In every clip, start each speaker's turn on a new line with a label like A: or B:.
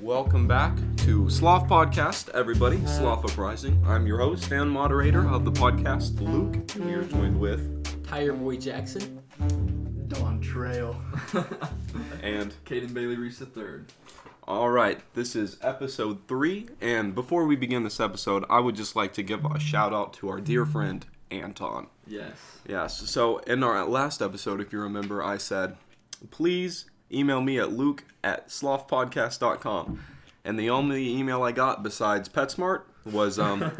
A: Welcome back to Sloth Podcast, everybody. Sloth Uprising. I'm your host and moderator of the podcast, Luke. And we are joined with
B: Tire Boy Jackson.
C: Don Trail.
A: and
D: Caden Bailey Reese the third.
A: all right. This is episode three, and before we begin this episode, I would just like to give a shout out to our dear friend Anton.
D: Yes.
A: Yes. So in our last episode, if you remember, I said, please email me at luke at slothpodcast.com. And the only email I got besides PetSmart was um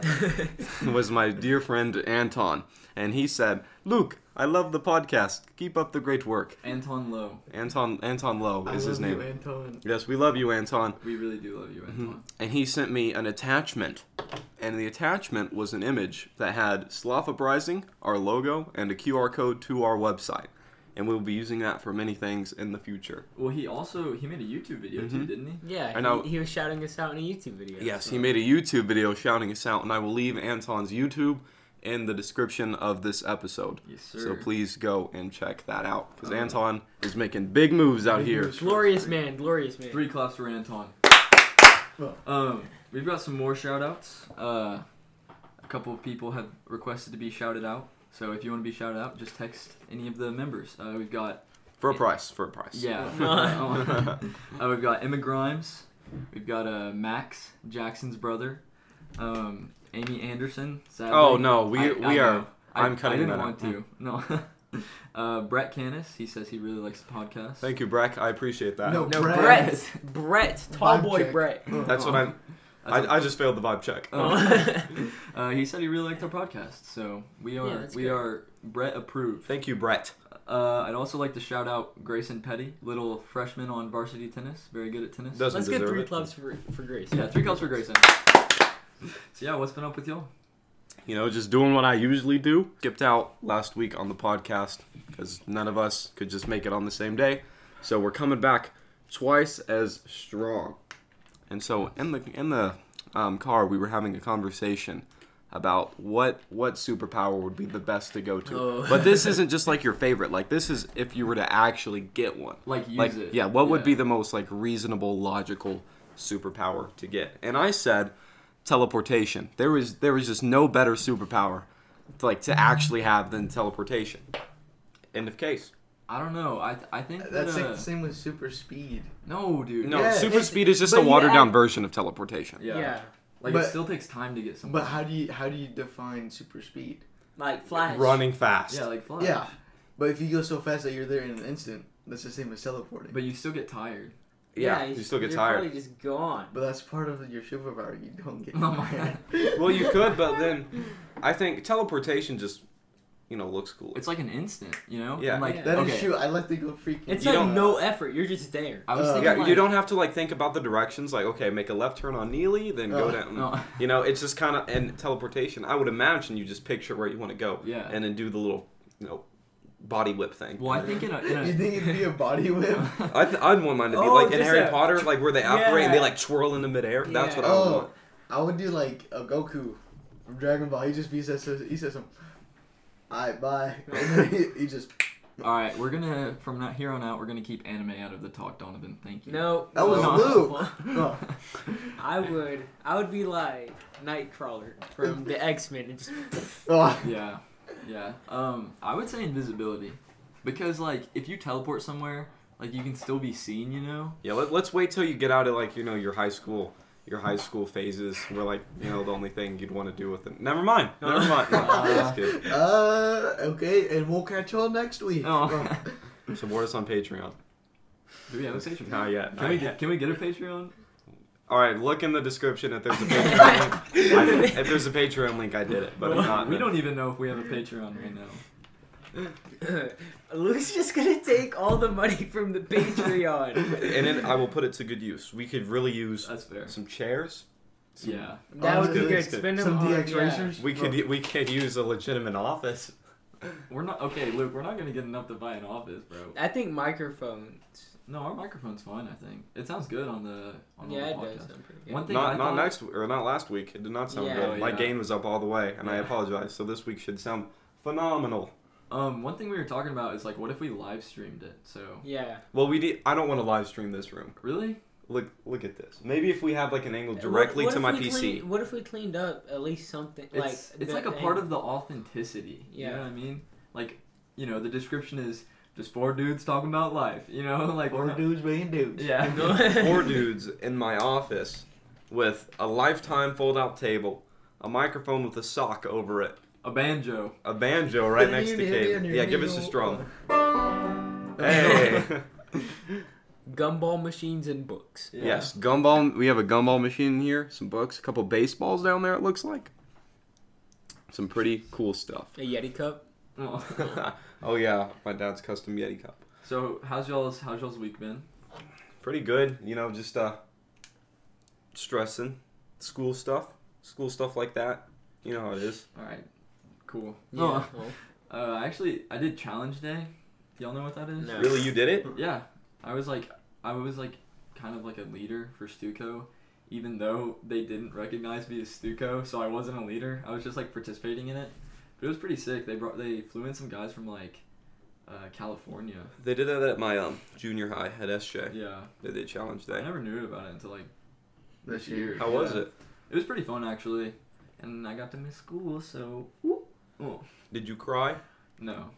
A: was my dear friend Anton. And he said, Luke, I love the podcast. Keep up the great work.
D: Anton Lowe.
A: Anton Anton Lowe
C: I
A: is his
C: love you,
A: name.
C: Anton.
A: yes, we love you, Anton
D: We really do love you,
A: Mm-hmm.
D: Anton.
A: and he sent me an attachment. And the attachment was an image that had Sloth Uprising, our logo, and a QR code to our website. And we'll be using that for many things in the future.
D: Well, he also he made a YouTube video
A: Mm-hmm.
D: too, didn't he?
B: Yeah,
A: I know.
B: He, he was shouting us out in a YouTube video.
A: Yes, he made a YouTube video shouting us out, and I will leave Anton's YouTube in the description of this episode.
D: Yes, sir.
A: So please go and check that out
D: Oh.
A: because Anton is making big moves out here.
B: Glorious man, glorious man.
D: Three claps for Anton.
C: Well.
D: Um, we've got some more shout outs. Uh, a couple of people have requested to be shouted out. So if you want to be shouted out, just text any of the members. Uh, we've got
A: For a price, for a price. Oh,
D: yeah. uh, we've got Emma Grimes. We've got uh, Max Jackson's brother. Um, Amy Anderson. Sadly.
A: Oh, no, we-
D: I-
A: we
D: I
A: are-
D: know.
A: I'm cutting
D: I didn't
A: that
D: want
A: out.
D: to. No. uh, Brett Canis. He says he really likes the podcast.
A: Thank you, Brack. I appreciate that.
C: No, Uh-huh.
D: No,
C: Brett.
B: Brett, Brett, tall
C: Vibe
B: boy
C: check.
B: Brett.
A: That's what I'm.
D: That's
A: I, I just failed the vibe check.
B: Oh.
D: Uh, he said he really liked our podcast, so we are
B: that's
D: we
B: good.
D: are Brett approved.
A: Thank you, Brett.
D: Uh, I'd also like to shout out Grayson Petty, little freshman on varsity tennis, very good at tennis.
A: Doesn't
B: Let's get
A: deserve
B: three
A: it.
B: clubs for, for Grace.
D: yeah, three calls for Grayson. so yeah, what's been up with y'all?
A: you know, just doing what I usually do. Skipped out last week on the podcast because none of us could just make it on the same day. So we're coming back twice as strong. And so in the in the um, car, we were having a conversation about what what superpower would be the best to go to.
B: Oh.
A: But this isn't just like your favorite. Like this is if you were to actually get one.
D: Like use
A: Like
D: it.
A: yeah, what would be the most like reasonable, logical superpower to get? And I said teleportation. There was there was just no better superpower to, like to actually have than teleportation. End of case.
D: I don't know. I th- I think
C: That's
D: that,
C: like
D: uh,
C: the same with super speed.
D: no, dude.
A: No,
C: Yeah,
A: super
C: it's-
A: speed is just
C: but
A: a
C: you
A: watered down
C: act-
A: version of teleportation.
D: Yeah.
B: Yeah,
D: Like
C: But-
D: it still takes time to get somewhere.
C: But how do you how do you define super speed?
B: like Flash.
A: Running fast.
D: yeah, like flash.
C: Yeah, but if you go so fast that you're there in an instant, that's the same as teleporting.
D: But you still get tired.
A: Yeah,
B: he's-
A: you still get
B: you're
A: tired.
B: Probably just gone.
C: But that's part of your superpower. You don't get.
D: Oh my God.
A: Well, you could, but then I think teleportation just you know looks cool.
D: It's like an instant, you know.
A: Yeah.
D: And, like
C: That is
D: okay.
C: true. I like to go freaking.
B: It's
A: You
B: like
A: don't-
B: no effort. You're just there.
D: I was
C: Uh,
D: thinking
A: Um, yeah,
D: like,
A: you don't have to like think about the directions. Like, okay, make a left turn on Neely, then go
C: Uh,
A: down.
D: no.
A: You know, it's just kind of and teleportation. I would imagine you just picture where you want to go,
D: Yeah.
A: and then do the little, you know, body whip thing.
D: Well, I think in a, in a
C: You think it'd be a body whip?
A: I th- I'd want mine to be
B: Oh,
A: like in
B: just
A: Harry
B: that-
A: Potter, like where they operate and they
B: Yeah.
A: like twirl into midair. That's what I would want.
C: oh, I would do like a Goku from Dragon Ball. He just he says he says some. I bye. And then he, he just.
D: All right, we're gonna from now here on out, we're gonna keep anime out of the talk, Donovan. Thank you.
B: No,
C: That was
B: no.
C: Luke. Oh.
B: I would, I would be like Nightcrawler from the X Men, and just
C: Oh.
D: Yeah, yeah. Um, I would say invisibility, because like if you teleport somewhere, like you can still be seen, you know.
A: Yeah, let, let's wait till you get out of like you know your high school, your high school phases, where like you know the only thing you'd want to do with it. Never mind. Never mind. No, I'm
D: Uh-huh.
A: just kidding. Oh.
C: Uh, okay, and we'll catch y'all next week.
D: No.
A: Support us on Patreon.
D: Do we have a Patreon?
A: Not yet.
D: Can we
A: not yet.
D: get, can we get a Patreon?
A: All right, look in the description if there's a Patreon link. I, if there's a Patreon link, I did it, but if not,
D: we
A: then-
D: don't even know if we have a Patreon right now.
B: Luke's just gonna take all the money from the Patreon.
A: And then I will put it to good use. We could really use
D: That's fair.
A: some chairs. some-
D: Yeah.
B: That would be
C: Honestly,
B: good.
A: it's good.
B: Spend them
C: Some
B: on
C: DX
B: yeah.
C: racers.
A: We could we could use a legitimate office.
D: We're not okay, Luke. We're not gonna get enough to buy an office, bro.
B: I think microphones.
D: No, our microphone's fine. I think it sounds good on the on
B: Yeah,
D: the
B: it
D: podcast.
B: does. sound pretty good.
D: One thing
A: Not
D: I
A: not
D: thought-
A: next or not last week. It did not sound
B: Yeah.
A: good.
D: Oh,
A: My
D: yeah.
A: gain was up all the way, and I
D: Yeah.
A: apologize. So this week should sound phenomenal.
D: Um, one thing we were talking about is like, what if we live streamed it? So
B: Yeah.
A: Well, we did. I don't want to live stream this room.
D: really,
A: Look, look at this. Maybe if we had like an angle
B: What-
A: directly
B: what
A: to
B: if
A: my
B: we
A: PC.
B: cleaned- what if we cleaned up at least something like
D: it's it's
B: the
D: like a
B: thing-
D: part of the authenticity. You
B: Yeah.
D: know what I mean? Like, you know, the description is just four dudes talking about life. You know, like we're
C: Four
D: not-
C: dudes being dudes.
D: Yeah.
A: four dudes in my office with a lifetime fold out table, a microphone with a sock over it,
D: a banjo.
A: a banjo right next to Cade. Yeah, give us a strum. Hey.
B: gumball machines and books.
D: Yeah.
A: yes, gumball. We have a gumball machine in here, some books, a couple baseballs down there, it looks like. Some pretty cool stuff.
B: A Yeti cup.
D: Oh.
A: oh, yeah, my dad's custom Yeti cup.
D: So how's y'all's how's y'all's week been?
A: Pretty good, you know, just uh, stressing, school stuff, school stuff like that. You know how it is.
D: All right. Cool.
B: Yeah.
D: Oh, uh, actually, I did challenge day. Y'all know what that is?
B: No.
A: Really, you did it?
D: Yeah. I was like, I was like, kind of like a leader for Stuco, even though they didn't recognize me as Stuco, so I wasn't a leader. I was just like participating in it, but it was pretty sick. They brought they flew in some guys from like, uh, California.
A: They did that at my um, junior high at SJ.
D: Yeah.
A: They did challenge
D: I
A: day.
D: never knew about it until like
C: This year.
A: How was
D: Yeah.
A: it?
D: it was pretty fun actually, and I got to miss school, so
A: Did you cry?
D: no.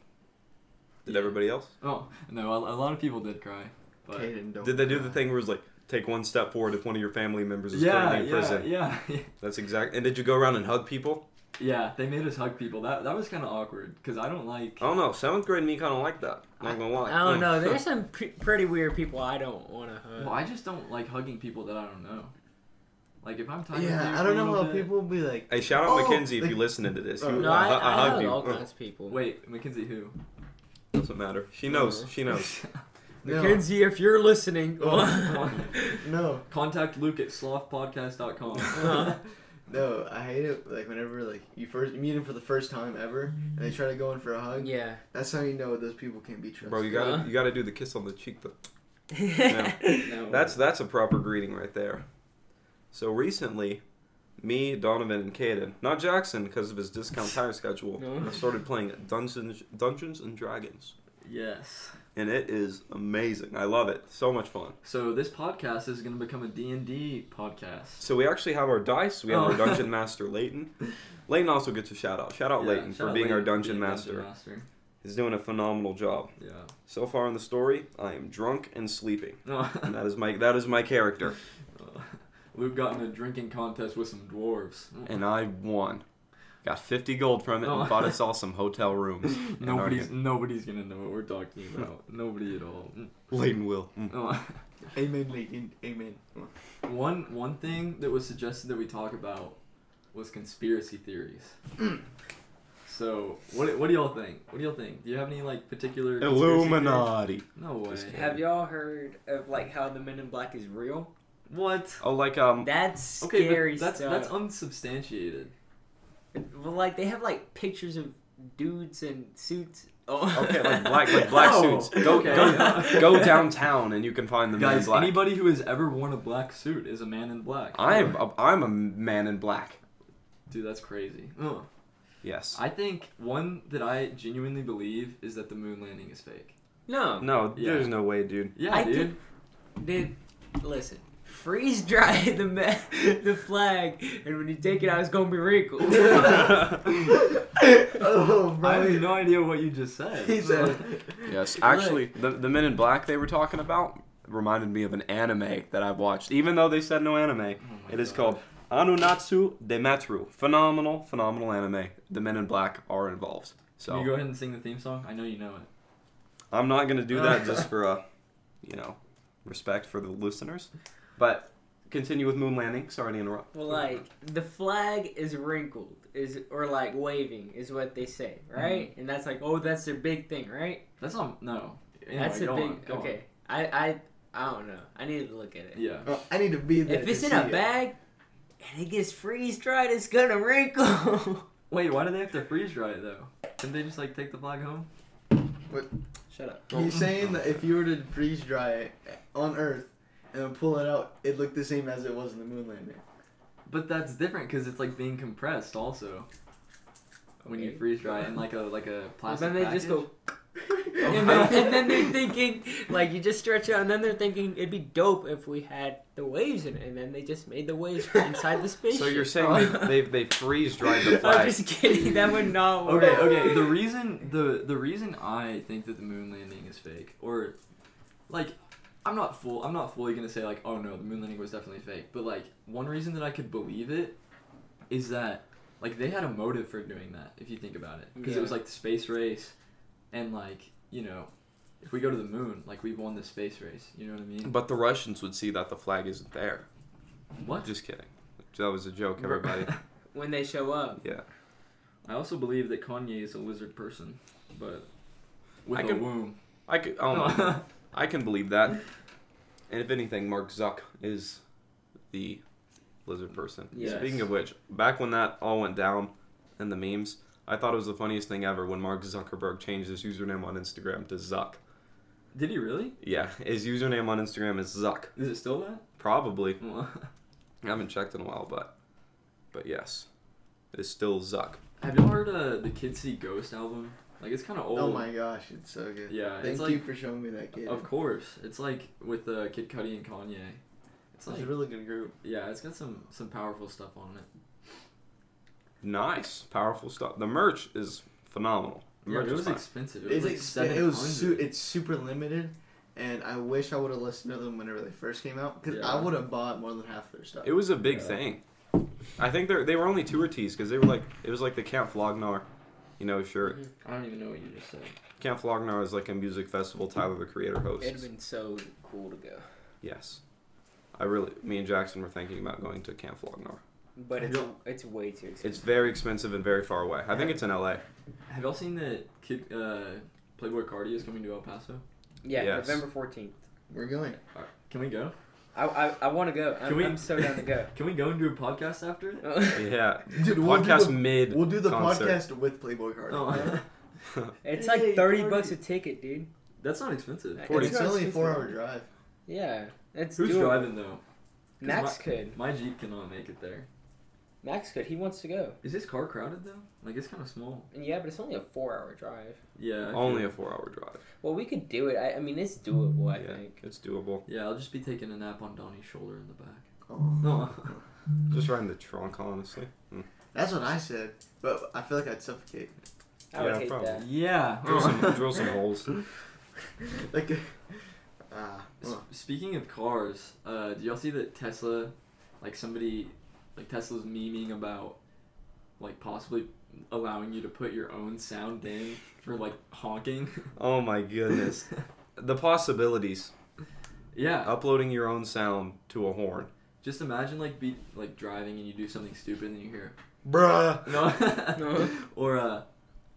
A: Did
D: Yeah.
A: everybody else?
D: Oh no, a, a lot of people did cry, but.
C: Caden, don't
A: Did they do the
C: cry.
A: thing where it was like, take one step forward if one of your family members is
D: yeah,
A: currently in
D: yeah,
A: prison?
D: yeah, yeah,
A: That's exact. And did you go around and hug people?
D: yeah. They made us hug people. That that was kind of awkward because I don't like.
A: I don't know. Seventh grade me kind of like that. Not gonna lie.
B: I don't know. There's some pre- pretty weird people I don't want to hug.
D: oh. Well, I just don't like hugging people that I don't know. Like if I'm talking. to you
C: Yeah, I
D: for
C: don't
D: a
C: know
D: little
C: how
D: bit-
C: people be like.
A: Hey, shout out
C: Oh,
A: Mackenzie if
C: they-
A: you listening to this.
C: Oh,
A: You-
B: no, I,
A: hu-
B: I,
A: hug
B: hug
A: you.
B: all
A: Uh,
B: kinds of people.
D: Oh. Wait, Mackenzie who?
A: Doesn't matter. She knows. She knows.
C: No,
B: Mackenzie, if you're listening,
D: Oh.
C: no,
D: Contact Luke at
A: Uh-huh.
D: slothpodcast.com.
C: no. I hate it. Like whenever like you first you meet them for the first time ever, and they try to go in for a hug.
B: yeah.
C: That's how you know those people can't be trusted.
A: Bro, you gotta
B: Uh.
A: you gotta do the kiss on the cheek. Though.
D: no.
A: That's that's a proper greeting right there. So recently, me, Donovan, and Caden, not Jackson because of his discount tire schedule,
B: No.
A: started playing Dungeons Dungeons and Dragons,
D: yes.
A: and it is amazing. I love it. So much fun.
D: So this podcast is gonna become a D and D podcast.
A: So we actually have our dice. We have
D: Oh.
A: our dungeon master Leighton. Leighton also gets a shout out. Shout out
D: Yeah,
A: Leighton
D: shout
A: for
D: out
A: being our
D: Leighton for
A: dungeon
D: being
A: master.
D: master.
A: He's doing a phenomenal job.
D: Yeah.
A: So far in the story, I am drunk and sleeping. And
D: No.
A: that is my that is my character,
D: Luke got in a drinking contest with some dwarves.
A: and I won. Got 50 gold from it
D: Oh.
A: and bought us all some hotel rooms. And our
D: Nobody's nobody's gonna know what we're talking about. Nobody at all.
A: Leighton will.
D: No.
C: Amen, Lincoln. Amen.
D: One one thing that was suggested that we talk about was conspiracy theories. so what what do y'all think? What do y'all think? Do you have any like particular conspiracy
A: Illuminati.
D: theories? No way.
A: Just kidding.
B: Have y'all heard of like how the Men in Black is real?
D: What?
A: Oh, like um,
B: That's
D: Okay, but
B: scary
D: that's
B: stuff.
D: that's unsubstantiated.
B: well, like they have like pictures of dudes in suits. Oh.
A: okay, like black like black
D: Oh,
A: suits. Go
D: okay.
A: go go downtown and you can find the man in
D: Guys,
A: black.
D: anybody who has ever worn a black suit is a man in black.
A: I'm a, I'm a man in black.
D: dude, that's crazy.
A: Yes.
D: I think one that I genuinely believe is that the moon landing is fake.
B: no,
A: No,
D: Yeah.
A: there's no way, dude.
D: Yeah,
B: I
D: dude.
B: think- dude, listen. Freeze dry the me- the flag, and when you take it out, it's gonna be wrinkled.
C: oh, bro.
D: I have no idea what you just said.
C: He said-
A: Yes, actually, the the Men in Black they were talking about reminded me of an anime that I've watched, even though they said no anime.
D: oh
A: It is called Anunatsu Demetru. Phenomenal, phenomenal anime. The Men in Black are involved.
D: Can you go
A: So
D: ahead and sing the theme song? I know you know it.
A: I'm not gonna do that just for uh, you know, respect for the listeners, but continue with moon landing. Sorry to interrupt.
B: Well, like the flag is wrinkled, is or like waving is what they say,
A: Mm-hmm.
B: right? And that's like, oh, that's their big thing, right?
D: That's not no. Anyway,
B: that's a
D: go
B: big.
D: on, go on.
B: okay, I, I I don't know. I need to look at it.
D: Yeah.
C: Oh, I need to be there.
B: If
C: to
B: it's in
C: see
B: a
C: it.
B: bag and it gets freeze dried, it's gonna wrinkle.
D: Wait, why do they have to freeze dry it though? Didn't they just like take the flag home?
B: Shut up.
C: He's saying that if you were to freeze dry it on Earth and then pull it out, it looked the same as it was in the moon landing.
D: But that's different because it's like being compressed also. When you
B: Okay.
D: freeze dry it in like a like a
B: Well,
D: plastic.
B: then they just
D: package.
B: go. And then, and then they're thinking, like, you just stretch out, and then they're thinking it'd be dope if we had the waves in it, and then they just made the waves inside the spaceship.
A: So you're saying they, they, they freeze dried the
B: I'm
A: flag.
B: Oh. just kidding. That would not work.
D: Okay, okay. The reason the the reason I think that the moon landing is fake, or like, I'm not full. I'm not fully gonna say like, oh no, the moon landing was definitely fake. But like, one reason that I could believe it is that like they had a motive for doing that. If you think about it, because
B: Yeah.
D: it was like the space race, and like you know, if we go to the moon, like we won the space race. You know what I mean?
A: But the Russians would see that the flag isn't there.
D: What?
A: Just kidding. That was a joke, everybody.
B: When they show up.
A: yeah.
D: I also believe that Kanye is a lizard person, but with
A: I
D: a
A: can-
D: womb.
A: I can, oh my God. I can believe that. And if anything, Mark Zuck is the lizard person.
B: Yes.
A: Speaking of which, back when that all went down and the memes, I thought it was the funniest thing ever when Mark Zuckerberg changed his username on Instagram to Zuck.
D: Did he really?
A: Yeah, his username on Instagram is Zuck.
D: Is it still that?
A: Probably.
D: Well,
A: I haven't checked in a while, but but yes. It's still Zuck.
D: Have y'all heard uh, the Kids See Ghost album? Like it's kind of old.
C: Oh my gosh, it's so good.
D: Yeah,
C: Thank
D: it's
C: you
D: like
C: for showing me that kid.
D: of course. It's like with uh, Kid Cudi and Kanye.
C: It's
D: It's like
C: a really good group.
D: yeah, it's got some some powerful stuff on it.
A: Nice. Powerful stuff. The merch is phenomenal. The
D: Yeah,
A: merch
D: but it
A: is
D: was
A: fine.
D: expensive. It was
C: It's
D: like
C: expen-
D: seven
C: it was su-
D: hundred.
C: it's super limited, and I wish I would have listened to them whenever they first came out because
D: Yeah.
C: I would have bought more than half their stuff.
A: It was a big
D: Yeah.
A: thing. I think they they were only tour tees because they were like it was like the Camp Flognar, you know,
B: Mm-hmm.
A: shirt.
D: I don't even know what you just said.
A: Camp Flognar is like a music festival Tyler the Creator hosts.
B: It'd have been so cool to go.
A: Yes, I really me and Jackson were thinking about going to Camp Flognar.
B: But it's, it's way too expensive.
A: It's very expensive and very far away. I think it's in L.A.
D: Have y'all seen that Kid uh, Playboy Cardi is coming to El Paso?
B: Yeah,
A: Yes.
B: November 14th.
C: We're going.
D: Can we go?
B: I, I, I want to go. I'm,
D: Can we-
B: I'm so down to go.
D: Can we go and do a podcast after it?
A: Yeah,
C: Dude, we'll do
A: podcast
C: the,
A: mid.
C: we'll do the
A: concert.
C: podcast with Playboy Card.
D: Oh,
B: It's
C: Hey,
B: like 30
C: party.
B: bucks a ticket, dude.
D: that's not expensive.
B: It's
A: Forty.
C: It's
B: not
C: only a
B: expensive.
C: four-hour drive.
B: Yeah. It's
D: Who's
B: doable.
D: driving though? 'Cause
B: Max
D: my-
B: could.
D: My Jeep cannot make it there.
B: Max could. He wants to go.
D: Is this car crowded though? Like it's kind of small.
B: And yeah, but it's only a four hour drive.
D: Yeah. I
A: Only
D: feel-
A: a four-hour drive.
B: Well, we could do it. I, I mean, it's doable, I
A: yeah,
B: think.
A: it's doable.
D: Yeah, I'll just be taking a nap on Donnie's shoulder in the back.
C: Oh.
D: No.
A: Just riding the trunk, honestly. Mm.
C: That's what I said, but I feel like I'd suffocate.
B: I would
A: Yeah,
B: hate
A: probably.
B: that.
D: yeah.
A: Drill some, drill some holes.
C: like, uh, ah,
D: S- speaking of cars, uh, do y'all see that Tesla, like somebody, like Tesla's memeing about, like possibly allowing you to put your own sound in for like honking?
A: Oh my goodness, the possibilities.
D: yeah.
A: uploading your own sound to a horn.
D: Just imagine like be like driving and you do something stupid and you hear
A: Bruh.
D: no,
B: No.
D: or uh,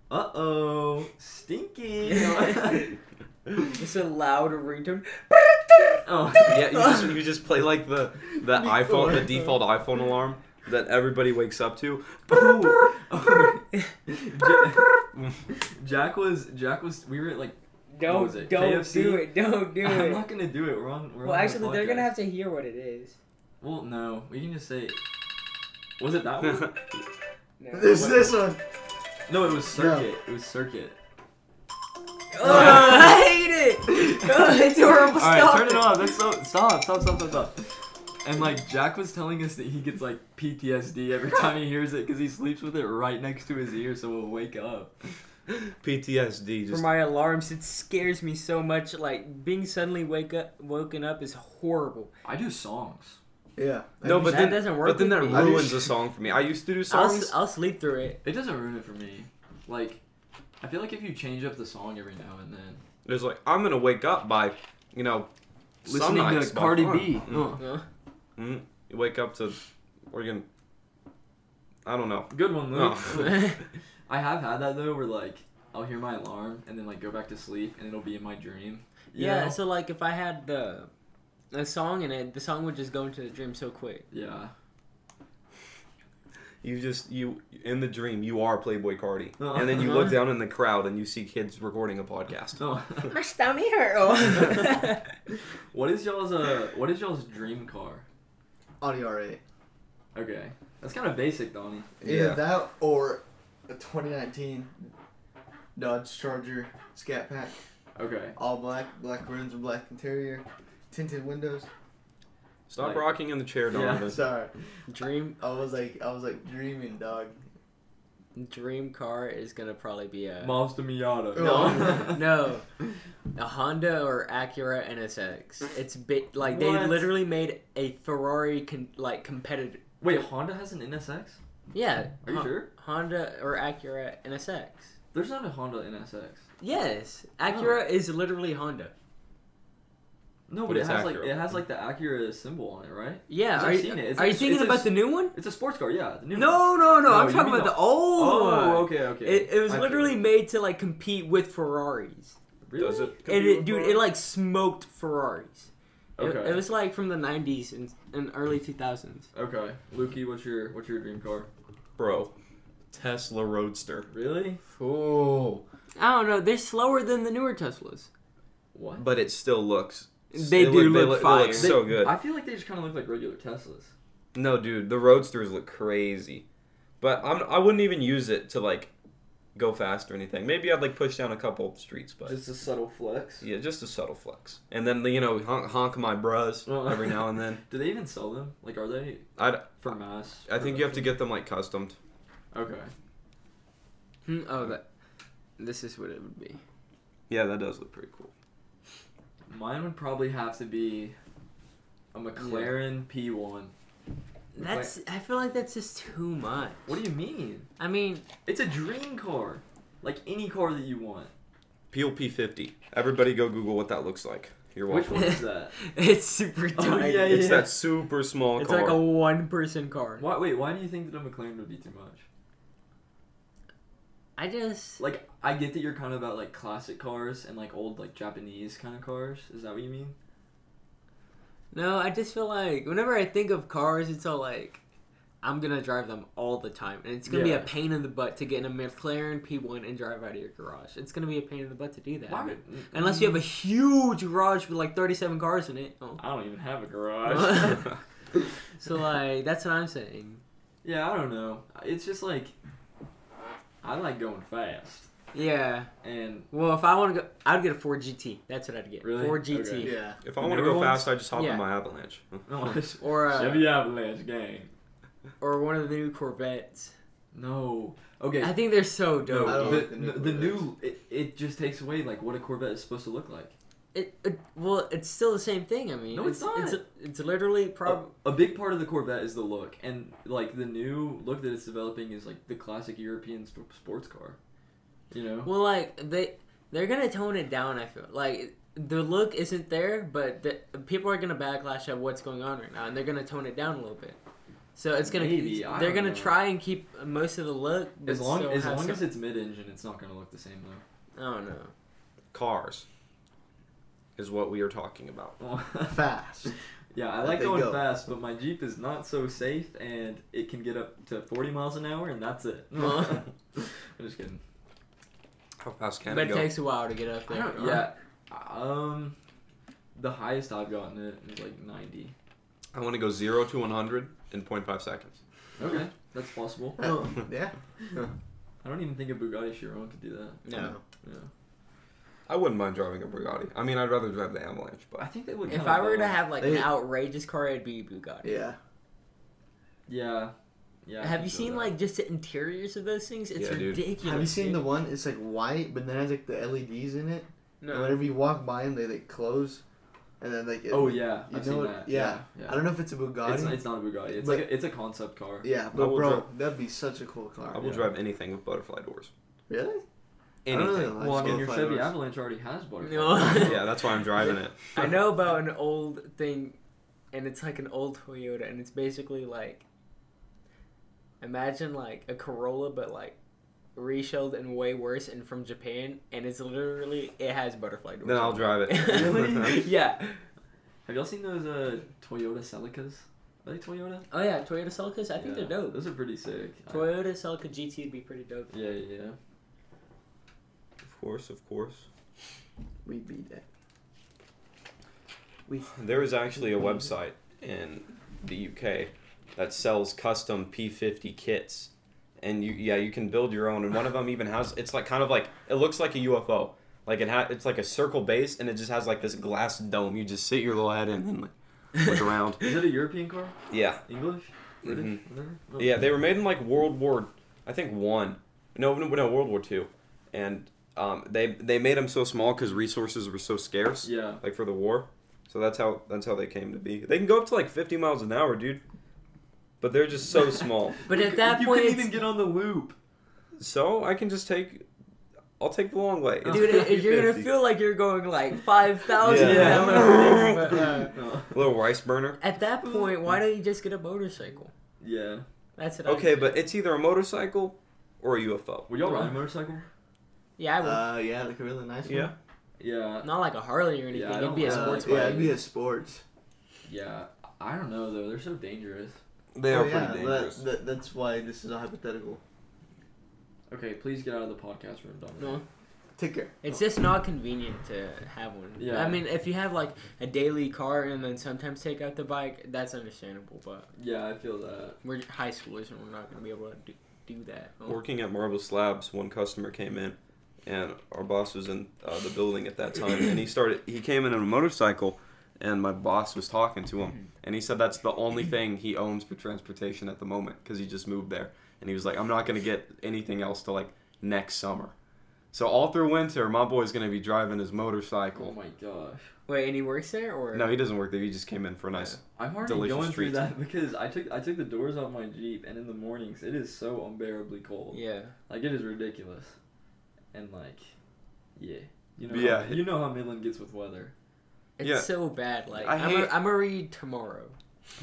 D: uh oh, stinky. No.
B: It's a loud ringtone.
D: oh.
A: Yeah, you just, you just play like the the iPhone, the default iPhone alarm that everybody wakes up to. Ooh.
D: Ja- Jack was Jack was we were at like What was
B: Don't,
D: it,
B: don't
D: KFC?
B: do it. Don't do
D: I'm
B: it.
D: not gonna do it. We're on. We're
B: well,
D: on the
B: actually, they're going to
D: podcast.
B: have to hear what it is.
D: Well, no, we can just say. Was it that one?
B: No.
C: this this one.
D: no, it was circuit. It was circuit.
B: Ugh, Oh, I hate it. Ugh, it's horrible.
D: All right,
B: Stop
D: turn it
B: it.
D: off. That's so stop, stop, stop, stop, stop. And like Jack was telling us that he gets like PTSD every time he hears it because he sleeps with it right next to his ear, so we'll wake up.
A: PTSD.
B: For
A: Just
B: my alarms, it scares me so much. Like being suddenly wake up, woken up is horrible.
D: I do songs.
C: Yeah.
A: no, but
B: That
A: then
B: doesn't work
A: But then
B: with
A: that
B: me.
A: ruins a song for me. I used to do
B: I'll,
A: songs.
B: s- I'll sleep through it.
D: It doesn't ruin it for me. Like, I feel like if you change up the song every now and then,
A: There's like I'm gonna wake up by, you know, some
D: listening
A: nights
D: to
A: by
D: Cardi
A: fun.
D: B. Oh.
A: Mm.
B: No.
A: Mm. You wake up to, Oregon. I don't know.
D: Good one, Luke.
A: No.
D: I have had that though, where like I'll hear my alarm and then like go back to sleep and it'll be in my dream. you
B: yeah.
D: know?
B: So like, if I had the a song in it, the song would just go into the dream so quick.
D: Yeah.
A: You just you in the dream you are Playboy Cardi,
D: Uh-huh.
A: and then you look down in the crowd and you see kids recording a podcast.
D: No.
B: My stomach
A: Oh.
B: hurt.
D: what is y'all's uh? What is y'all's dream car?
C: Audio R8.
D: Okay, that's kind of basic, Donnie.
C: Either
A: Yeah.
C: that or a 2019 Dodge Charger, Scat Pack,
D: Okay.
C: all black, black rims and black interior, tinted windows.
A: Stop
D: Like-
A: rocking in the chair, Donovan.
C: Sorry,
B: Dream
C: I was like, I was like dreaming, dog.
B: dream car is gonna probably be a
D: Mazda Miata.
A: Oh.
C: No.
B: no, a Honda or Acura NSX. It's bit like they
D: What?
B: literally made a Ferrari con- like competitor.
D: Wait, Honda has an NSX?
B: Yeah,
D: Are you
A: Uh-huh.
B: Hon-
D: sure?
B: Honda or Acura NSX.
D: There's not a Honda NSX.
B: Yes, Acura is literally Honda.
D: No,
A: But
D: but, it
A: it's
D: has like
A: Acura.
D: it has like the Acura symbol on it, right?
B: Yeah,
D: I've
B: are you,
D: seen it. It's
B: are you
D: actu-
B: thinking
D: it's a
B: about
D: s-
B: the new one?
D: It's a sports car, yeah. The new one.
B: No, no, no.
D: No,
B: I'm
D: you
B: talking
D: mean
B: about
D: the-
B: the old one.
D: Oh, okay, okay.
B: It, it was
D: I feel
B: literally
D: you.
B: made to like compete with Ferraris.
D: really?
A: Does it?
B: and
A: compete
B: it,
A: with
B: dude,
A: Ferrari?
B: it like smoked Ferraris. It,
D: Okay.
B: it was like from the '90s and, and early 2000s.
D: Okay, Lukey, what's your what's your dream car?
A: bro, Tesla Roadster.
D: Really?
C: Oh,
B: I don't know. They're slower than the newer Teslas.
D: What?
A: But it still looks.
B: They
A: it
B: do look
A: they
B: fire.
A: They look so good.
D: I feel like they just kind of look like regular Teslas.
A: No, dude, the Roadsters look crazy. But I'm I wouldn't even use it to like go fast or anything. Maybe I'd like push down a couple streets, but
D: Just a subtle flex.
A: yeah, just a subtle flex. And then you know honk, honk my bras
D: Oh.
A: every now and then.
D: Do they even sell them? Like, are they
A: I
D: for mass?
A: I think you have to get them like customed.
D: Okay.
B: Hmm, oh, that. This is what it would be.
A: Yeah, that does look pretty cool.
D: Mine would probably have to be a McLaren P1.
B: That's. I feel like that's just too much.
D: What do you mean?
B: I mean,
D: It's a dream car. Like any car that you want.
A: PLP fifty. Everybody go Google what that looks like. You're
D: Which
A: welcome.
D: one is that?
B: it's super
D: Oh,
B: tiny.
D: yeah,
A: It's
D: yeah.
A: that super small
B: It's
A: car.
B: like a one-person car.
D: Why? Wait. Why do you think that a McLaren would be too much?
B: I just.
D: Like, I get that you're kind of about like classic cars and like old like Japanese kind of cars. Is that what you mean?
B: No, I just feel like whenever I think of cars, it's all like, I'm gonna drive them all the time, and it's gonna be
D: Yeah.
B: a pain in the butt to get in a McLaren P1 and drive out of your garage. It's gonna be a pain in the butt to do that.
D: Why would, mm,
B: Unless you have a huge garage with like 37 cars in it. Oh.
D: I don't even have a garage.
B: So like, that's what I'm saying.
D: yeah, I don't know. It's just like I like going fast,
B: Yeah.
D: and
B: Well, if I want to go, I'd get a Ford GT. That's what I'd get.
D: Really?
B: Ford GT.
D: Okay.
C: yeah.
A: if I
D: The
A: want to
D: newer
A: go
D: ones?
A: fast, I just hop
B: Yeah.
A: in my Avalanche.
D: no,
B: Or a,
D: Chevy Avalanche gang.
B: or one of the new Corvettes.
D: No, okay.
B: I think they're so dope.
C: I
D: no,
C: don't
D: the,
C: like the new
D: the, the new it, it just takes away like what a Corvette is supposed to look like.
B: It, it, well, it's still the same thing. I mean,
D: No, it's
B: It's,
D: not.
B: it's literally
D: a,
B: prob.
D: a big part of the Corvette is the look, and like the new look that it's developing is like the classic European sp- sports car. You know,
B: Well, like they they're gonna tone it down. I feel like the look isn't there, but the, people are gonna backlash at what's going on right now, and they're gonna tone it down a little bit. So it's gonna
D: Maybe, I
B: they're
D: don't
B: gonna
D: know.
B: try and keep most of the look. but
D: as long
B: still
D: as
B: have
D: long
B: some-
D: as it's mid-engine, it's not gonna look the same
B: I don't know.
A: Cars is what we are talking about.
D: though.
C: Fast.
D: yeah, I
C: Let
D: like
C: they
D: going
C: go.
D: fast, but my Jeep is not so safe, and it can get up to forty miles an hour, and that's it.
B: Huh?
D: I'm just kidding.
A: How fast can
B: but
A: I
B: it
A: go?
B: takes a while to get up
D: I
B: there.
D: don't, yeah, um, the highest I've gotten it is like ninety.
A: I want to go zero to one hundred in 0.5 seconds.
D: Okay, that's possible.
C: Uh, yeah.
D: I don't even think a Bugatti Chiron could do that.
B: No.
D: Yeah.
A: I wouldn't mind driving a Bugatti. I mean, I'd rather drive the Avalanche,
D: I
A: but
D: think they would.
B: If
D: kinda
B: I were to
D: go-
B: have like an
C: They-
B: outrageous car, it'd be Bugatti.
C: Yeah.
D: Yeah. Yeah. I
B: Have
D: can
B: you
D: feel
B: seen
D: that.
B: like just the interiors of those things? It's
A: Yeah, dude.
B: ridiculous.
C: Have you seen
B: dude.
C: the one? It's like white, but then it has like the LEDs in it. And
B: No.
C: whenever you walk by them, they like close, and then like. It,
D: Oh yeah,
C: You
D: I've
C: know
D: seen
C: what-
D: that.
C: yeah.
D: Yeah.
C: I don't know if it's a Bugatti.
D: It's, it's not a Bugatti. It's
C: But-
D: like a, it's a concept car.
C: yeah,
A: I
C: but
A: will
C: bro, that'd be such a cool car.
A: I will
D: yeah.
A: drive anything with butterfly doors.
C: Really?
A: Anything.
C: I don't really
D: Well, I
C: like
D: mean, your
C: butterfly
D: Chevy
C: doors.
D: Avalanche already has butterfly.
B: No.
D: doors.
A: yeah, that's why I'm driving it.
B: I know about an old thing, and it's like an old Toyota, and it's basically like imagine like a Corolla, but like reshelled and way worse, and from Japan, and it's literally it has butterfly doors.
A: Then I'll
B: on
A: drive it.
D: Really?
B: yeah.
D: Have y'all seen those uh Toyota Celicas? Are they Toyota?
B: Oh yeah, Toyota Celicas. I think
D: Yeah,
B: they're dope.
D: Those are pretty sick. I-
B: Toyota Celica GT would be pretty dope.
D: yeah, yeah. yeah.
A: Of course, of course.
C: We beat that.
A: There is actually a website in the UK that sells custom P50 kits, and you yeah you can build your own. And one of them even has it's like kind of like it looks like a UFO. Like it ha- it's like a circle base, and it just has like this glass dome. You just sit your little head in and like look around.
D: Is it a European car?
A: Yeah,
D: English? British?
C: Mm-hmm.
A: Mhm.
D: Whatever? Oh.
A: yeah. They were made in like World War, I think one. No, no, no World War Two, and um, they they made them so small because resources were so scarce.
D: Yeah.
A: like for the war. So that's how that's how they came to be. They can go up to like 50 miles an hour, dude. But they're just so small.
B: But
D: You
B: at
D: cou-
B: that
D: you
B: point,
D: couldn't
B: it's-
D: even get on the loop.
A: So I can just take I'll take the long way. It's
B: Dude, it-
A: 50-50.
B: you're gonna feel like you're going like five thousand.
A: Yeah.
B: Yeah. But, uh,
D: No.
A: a little rice burner.
B: at that point, why don't you just get a motorcycle?
D: Yeah.
B: That's it.
A: Okay, but it's either a motorcycle or a UFO.
D: Were y'all riding a motorcycle?
B: yeah, I would.
C: Uh, yeah, like a really nice one.
A: Yeah.
D: Yeah.
B: not like a Harley or anything.
D: Yeah, I
B: It'd be a
D: don't- uh,
B: sports
C: yeah, it'd
B: wagon.
C: be a sports.
D: Yeah. I don't know though. They're so dangerous.
A: They
C: Oh,
A: are
C: yeah,
A: pretty dangerous.
C: That, that, that's why this is a hypothetical.
D: Okay, please get out of the podcast room, Dominic.
B: No,
C: Take care.
B: it's just not convenient to have one.
D: Yeah.
B: I mean, if you have like a daily car and then sometimes take out the bike, that's understandable. But
D: Yeah, I feel that.
B: we're high schoolers and we're not gonna be able to do, do that. Oh.
A: Working at Marble Slabs, one customer came in, and our boss was in uh, the building at that time, and he started. He came in on a motorcycle, and my boss was talking to him, and he said that's the only thing he owns for transportation at the moment because he just moved there, and he was like, I'm not gonna get anything else till like next summer. So all through winter, my boy's gonna be driving his
D: Oh
A: motorcycle.
D: my gosh.
B: Wait, and he works there, or
A: No, he doesn't work there. He just came in for a nice.
D: I'm already
A: Delicious
D: going
A: treats.
D: through that because I took I took the doors off my Jeep and in the mornings it is so unbearably cold.
B: Yeah.
D: Like it is ridiculous. And like yeah. You know
A: Yeah.
D: how, you know how Midland gets with weather.
B: It's
A: Yeah.
B: so bad. Like
A: I
B: I am
A: hate-
B: a, I'm gonna read tomorrow.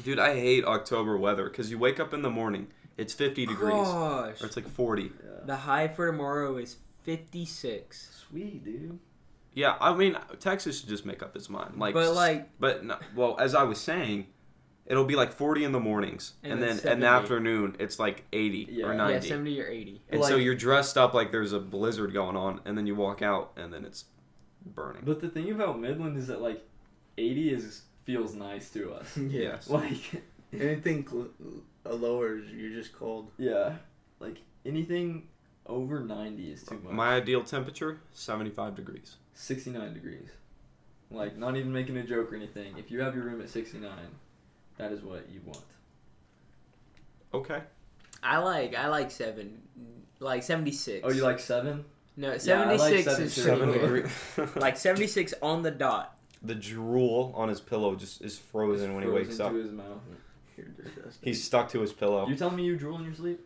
A: Dude, I hate October weather because you wake up in the morning, it's 50 degrees, or
B: Oh, Gosh,
A: it's like 40.
D: Yeah.
B: the high for tomorrow is 56.
D: Sweet dude.
A: Yeah, I mean Texas should just make up its mind. Like,
B: But, like-
A: but no, well, as I was saying, it'll be like forty in the mornings,
B: And
A: and,
B: then
A: then in
B: 70.
A: the afternoon it's like eighty
D: Yeah.
A: or
D: Yeah,
B: Yeah,
A: ninety.
B: 70 or 80.
A: and so
C: Like-
A: you're dressed up like there's a blizzard going on, and then you walk out, and then it's burning.
D: But the thing about Midland is that like 80 is feels nice to us.
A: Yes.
D: like
C: Anything cl- uh, lower, you're just cold.
D: yeah, like anything over 90 is too much.
A: My ideal temperature, seventy-five degrees.
D: 69 degrees. Like, not even making a joke or anything. If you have your room at 69, that is what you want.
A: Okay.
B: I like I like 7 like 76.
D: Oh, you like seven?
B: No,
D: Yeah, I
B: 76
D: like
B: is
D: 72.
B: pretty
A: Seven
B: good.
A: degrees.
B: Like 76 on the dot.
A: the drool on his pillow just is frozen
D: It's
A: when he
D: frozen
A: wakes
D: to
A: up. Oh.
D: his mouth.
C: You're disgusting.
A: He's stuck to his pillow.
D: You telling me you drool in your sleep?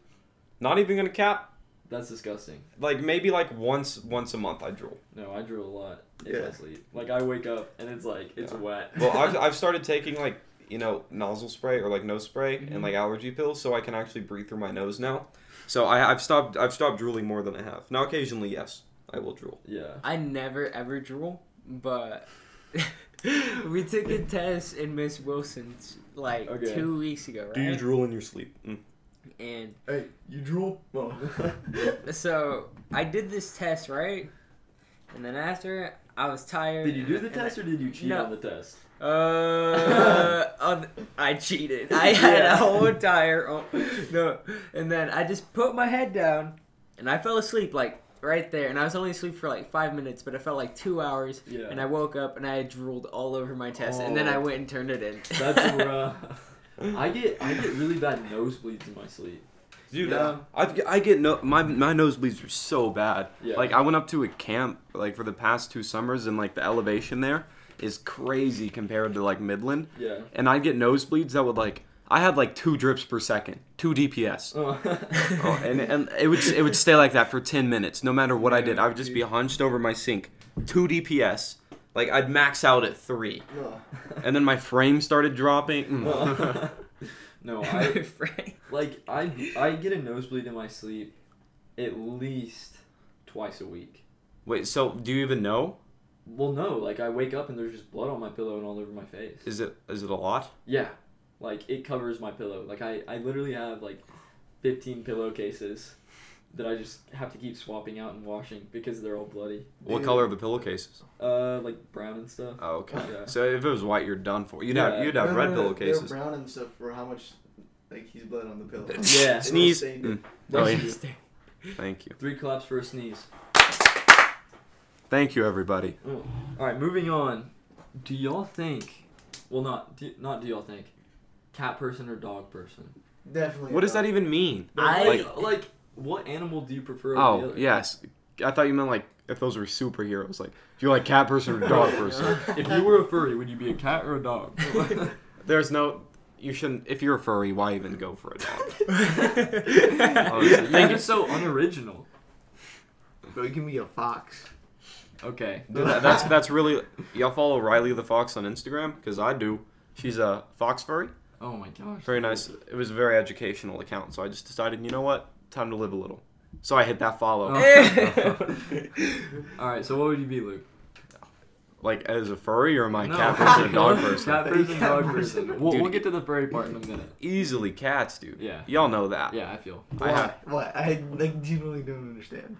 A: Not even gonna cap.
D: That's disgusting.
A: Like maybe like once once a month I drool.
D: No, I drool a lot in my
C: Yeah.
D: sleep. Like, I wake up and it's like, it's
A: Yeah.
D: wet.
A: Well, I've, I've started taking like you know nozzle spray or like nose spray
B: Mhm.
A: and like allergy pills, so I can actually breathe through my nose now. So I, I've stopped I've stopped drooling more than I have. Now occasionally, yes, I will drool.
D: yeah.
B: I never ever drool, but we took a test in Miss Wilson's like
D: Okay.
B: 2 weeks ago, right?
A: drool in your sleep? Mm.
B: and
C: Hey, you drool? Well,
B: so I did this test, right? And then after I was tired.
D: Did you do the
B: and I-
D: test or did you cheat
B: No.
D: on the test?
B: Uh, on, I cheated. I had
D: Yeah.
B: a whole entire oh, no, and then I just put my head down, and I fell asleep like right there. And I was only asleep for like five minutes, but I felt like two hours.
D: Yeah.
B: And I woke up and I had drooled all over my test, and then I
D: Oh.
B: went and turned it in.
D: That's rough. I get I get really bad nosebleeds in my sleep.
A: Dude,
C: Yeah.
A: I've, I get no my my nosebleeds are so bad.
D: Yeah.
A: Like I went up to a camp like for the past two summers, and like the elevation there is crazy compared to like Midland,
D: Yeah.
A: and I get nosebleeds that would like I had like two drips per second, two DPS. Oh, and, and it would it would stay like that for ten minutes, no matter what I did. I would just be hunched over my sink, two DPS. Like I'd max out at three,
C: no.
A: and then my frame started dropping. Mm.
D: no, I
B: My friend-
D: like I I get a nosebleed in my sleep at least twice a week.
A: Wait, so do you even know?
D: Well, no, like I wake up and there's just blood on my pillow and all over my face.
A: Is it is it a lot?
D: Yeah, like it covers my pillow. Like I I literally have like 15 pillowcases that I just have to keep swapping out and washing because they're all bloody.
A: What
C: Dude.
A: color are the pillowcases?
D: Uh, like brown and stuff.
A: Oh, okay.
D: Yeah.
A: So if it was white, you're done for. You'd
D: Yeah.
A: have you'd have
C: No,
A: red
C: no, no,
A: pillowcases.
C: They're brown and stuff for how much Like he's blood on the pillow.
D: Yeah.
A: Sneeze.
C: Stained
A: Mm.
C: it.
A: Oh, yeah.
B: Just-
A: Thank you.
D: Three claps for a sneeze.
A: Thank you, everybody.
D: All right, moving on. Do y'all think? Well, not do, not do y'all think? Cat person or dog person?
C: Definitely.
A: What does
C: not.
A: that even mean?
B: I-
D: like, like what animal do you prefer? over the
A: Oh,
D: other?
A: yes. I thought you meant like if those were superheroes. Like, do you like cat person or dog person?
D: If you were a furry, would you be a cat or a dog?
A: There's no. You shouldn't. If you're a furry, why even go for a dog?
D: Honestly,
A: Thank
D: that
A: you.
D: is so unoriginal.
C: Bro, you can be a fox.
D: Okay.
A: Dude, that- that's that's really. Y'all follow Riley the fox on Instagram because I do. She's a fox furry.
D: Oh my gosh.
A: Very nice. It was a very educational account, so I just decided, you know what, time to live a little. So I hit that follow.
D: Oh. All right. So what would you be, Luke?
A: Like as a furry or am I a
D: No.
A: cat person or dog person?
D: Cat person,
C: Cat
D: dog
C: person.
D: person. We'll,
A: Dude.
D: we'll get to the furry part in a minute.
A: Easily cats, dude.
D: Yeah.
A: Y'all know that.
D: Yeah, I feel.
A: I,
C: Why?
A: ha-
C: Why? I like genuinely don't understand.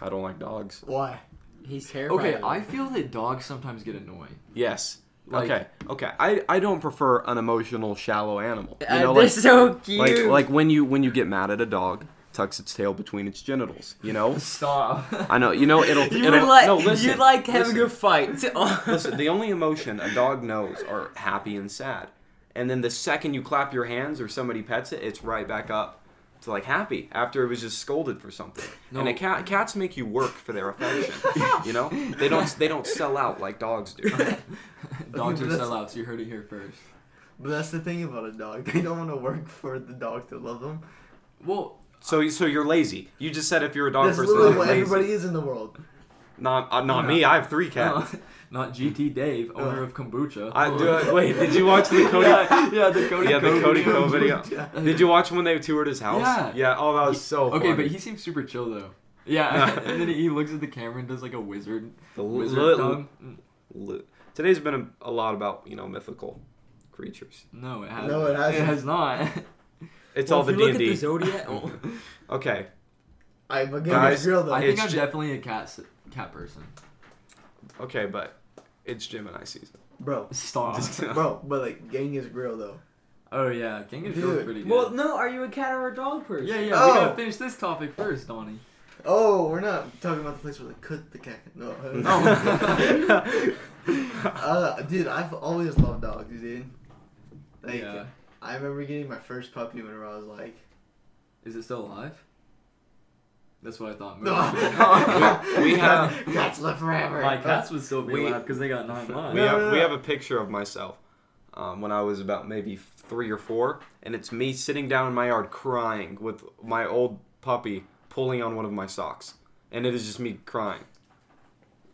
A: I don't like dogs.
C: Why?
B: He's terrified.
D: Okay,
B: of
D: I
B: it.
D: feel that dogs sometimes get annoying.
A: Yes.
D: Like-
A: okay. Okay. I, I don't prefer an emotional, shallow animal. You
B: Uh,
A: know,
B: they're
A: like,
B: so cute.
A: like like when you when you get mad at a dog, tucks its tail between its genitals. You know.
D: Stop.
A: I know. You know it'll.
B: you
A: it'll
B: would like
A: no, listen,
B: you like having
A: listen.
B: a fight.
A: Listen, the only emotion a dog knows are happy and sad. And then the second you clap your hands or somebody pets it, it's right back up to like happy after it was just scolded for something. And a
D: No.
A: cat, cats make you work for their affection. you know, they don't they don't sell out like dogs do.
D: Dogs
C: Okay,
D: are
C: but that's-
D: sellouts. You heard it here first.
C: But that's the thing about a dog. They don't want to work for the dog to love them.
D: Well,
A: So so you're lazy. You just said if you're a dog
C: that's
A: person,
C: literally
A: you're
C: what
A: lazy.
C: everybody is in the world.
A: Not uh, not me. I have three
D: uh,
A: cats.
D: not GT Dave, owner of kombucha.
A: I do. I- Wait, did you watch the Cody?
D: yeah, yeah, the Cody.
A: Yeah, the
D: Cove
A: Cody
D: video.
A: Cove video.
C: Yeah.
A: Did you watch when they toured his house?
D: Oh. Yeah.
A: Yeah. Oh, that was so.
D: Okay,
A: funny.
D: but he seems super chill though. Yeah, and then he looks at the camera and does like a wizard,
A: The
D: wizard
A: lit-
D: tongue.
A: Lu- Today's been a, a lot about you know mythical creatures.
D: No, it has.
C: No, it hasn't.
D: It has not.
A: It's
B: Well,
A: all
B: if
A: the D
B: you look
A: and
B: at the
A: D.
B: zodiac. oh.
A: Okay,
C: I but again,
A: Guys,
C: it's real though.
D: I
A: It's
D: think I'm
A: ju-
D: definitely a cat s- cat person.
A: okay, but it's Gemini season.
C: bro,
D: Stop.
C: bro, but like gang is real though.
D: oh yeah, King is really
C: Dude.
D: pretty good.
B: Well, no. Are you a cat or a dog person?
D: yeah, yeah.
C: Oh.
D: We gotta finish this topic first, Donnie.
C: Oh, we're not talking about the place where they cook the cat. No.
D: No.
C: uh, dude, I've always loved dogs, dude. Like,
D: yeah.
C: I remember getting my first puppy whenever I was like,
D: Is it still alive? That's what I thought.
C: no,
A: We have-
C: cats live forever.
D: My cats would still be
A: We-
D: alive because they got nine lives.
A: we
C: No,
A: have
C: no,
A: we
C: no.
A: have a picture of myself um, when I was about maybe three or four, and it's me sitting down in my yard crying with my old puppy pulling on one of my socks, and it is just me crying.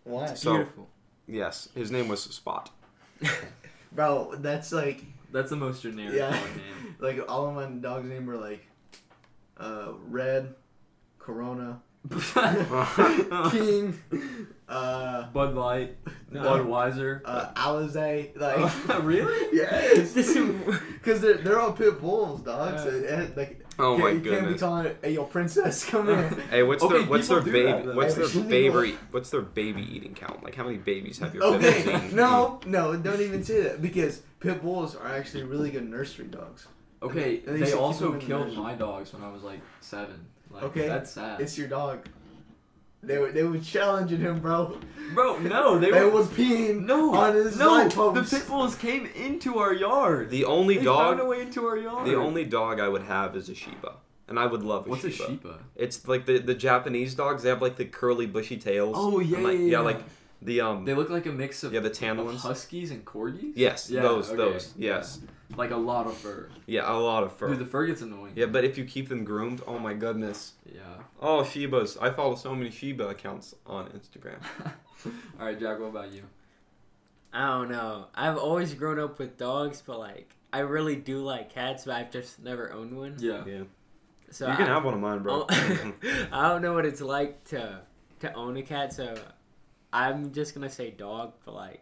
C: Why?
A: So-
B: Beautiful.
A: Yes, his name was Spot.
C: Bro, that's like
D: That's the most generic
C: Yeah.
D: dog name.
C: like all of my dogs' name were like uh Red, Corona, King, uh
D: Bud Light,
C: No.
D: Budweiser.
C: uh Alizé, like
D: really?
C: Yes.
B: This is-
C: Cuz they're they're all pit bulls, dogs.
D: Yeah.
C: And, and, like
A: Oh
C: you
A: my
C: can't- you can't be
A: goodness.
C: calling it, hey yo princess, come here.
A: Hey, what's
D: Okay,
A: their what's
D: people
A: their
D: do that,
A: baby
D: though.
A: what's their
C: Every single-
A: baby what's their baby eating count? Like how many babies have your pit bulls
C: Okay,
A: eaten?
C: no, no, don't even say that because pit bulls are actually really good nursery dogs.
D: Okay,
C: At least
D: they
C: you keep
D: also
C: them in
D: killed
C: measure.
D: my dogs when I was like seven. Like,
C: Okay.
D: That's sad.
C: It's your dog. They were they were challenging him, bro.
D: Bro, no, they,
C: They
D: were.
C: were peeing
D: no,
C: on his
D: no,
C: light
D: the
C: post.
D: pit bulls came into our yard.
A: The only
D: they
A: dog
D: found a way into our yard.
A: the only dog I would have is a Shiba. And I would love a
D: What's a
A: Shiba.
D: Sheba?
A: It's like the, the Japanese dogs, they have like the curly bushy tails.
D: Oh, yeah,
A: and, like,
D: yeah, yeah.
A: like the um
D: They look like a mix of
A: yeah, the tan
D: of
A: ones.
D: huskies and corgis.
A: Yes,
D: Yeah,
A: those,
D: okay.
A: those. Yes.
D: Like a lot of fur.
A: Yeah. a lot of fur.
D: Dude, the fur gets annoying.
A: yeah, but if you keep them groomed, oh my goodness.
D: Yeah.
A: Oh, Shibas. I follow so many Shiba accounts on Instagram.
D: All right, Jack. What about you?
B: I don't know. I've always grown up with dogs, but like I really do like cats, but I've just never owned one.
D: Yeah.
A: Yeah.
B: So
A: you can
B: I,
A: have one of mine, bro.
B: Oh, I don't know what it's like to to own a cat, so I'm just gonna say dog, but like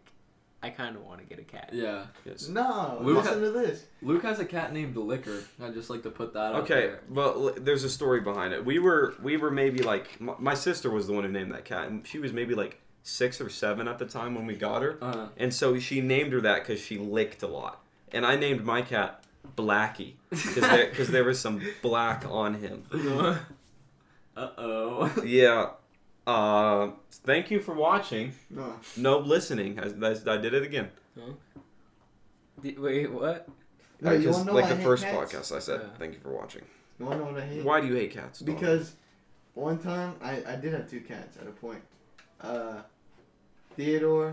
B: I kind of want to get a cat.
D: Yeah.
A: yes.
C: No,
D: Luke-
C: listen to this.
D: Luke has a cat named Liquor. I just like to put that out
A: Okay,
D: there.
A: but l- there's a story behind it. We were we were maybe like m my sister was the one who named that cat, and she was maybe like six or seven at the time when we got her,
D: Uh,
A: and so she named her that because she licked a lot. And I named my cat Blackie because there because there was some black on him.
B: Uh,
D: Uh oh.
A: Yeah. Uh, thank you for watching.
C: No.
A: No listening. I, I, I did it again.
B: d- Wait, what?
C: No,
A: Uh,
C: you
A: 'cause
C: wanna know
A: like
C: why I
A: the
C: hate
A: first
C: cats?
A: podcast, I said
B: Yeah.
A: thank you for watching.
C: You wanna know what I hate?
A: Why do you hate cats? Dawn?
C: Because one time I, I did have two cats at a point. Uh, Theodore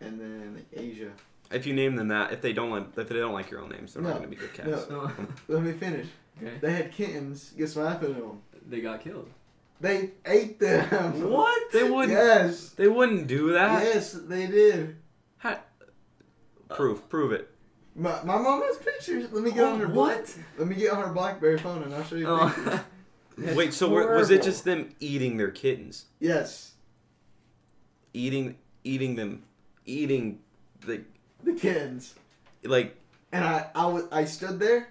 C: and then Asia.
A: if you name them that, if they don't like, if they don't like your own names, they're
C: No.
A: not going to be good cats.
C: No. Let me finish.
D: okay.
C: They had kittens. Guess what happened to them?
D: They got killed.
C: They ate them.
A: What? They wouldn't.
C: Yes.
A: They wouldn't do that.
C: yes, they did.
A: Proof. Prove it.
C: My, my mom has pictures. Let me get
A: Oh,
C: on her. Black-
D: Oh, what?
C: Let me get on her BlackBerry phone and I'll show you. pictures.
D: Oh.
B: That's
A: Wait. So were, was it
B: horrible.
A: just them eating their kittens?
C: Yes,
A: Eating, eating them, eating the
C: the kittens.
A: like.
C: And I I wa- I stood there.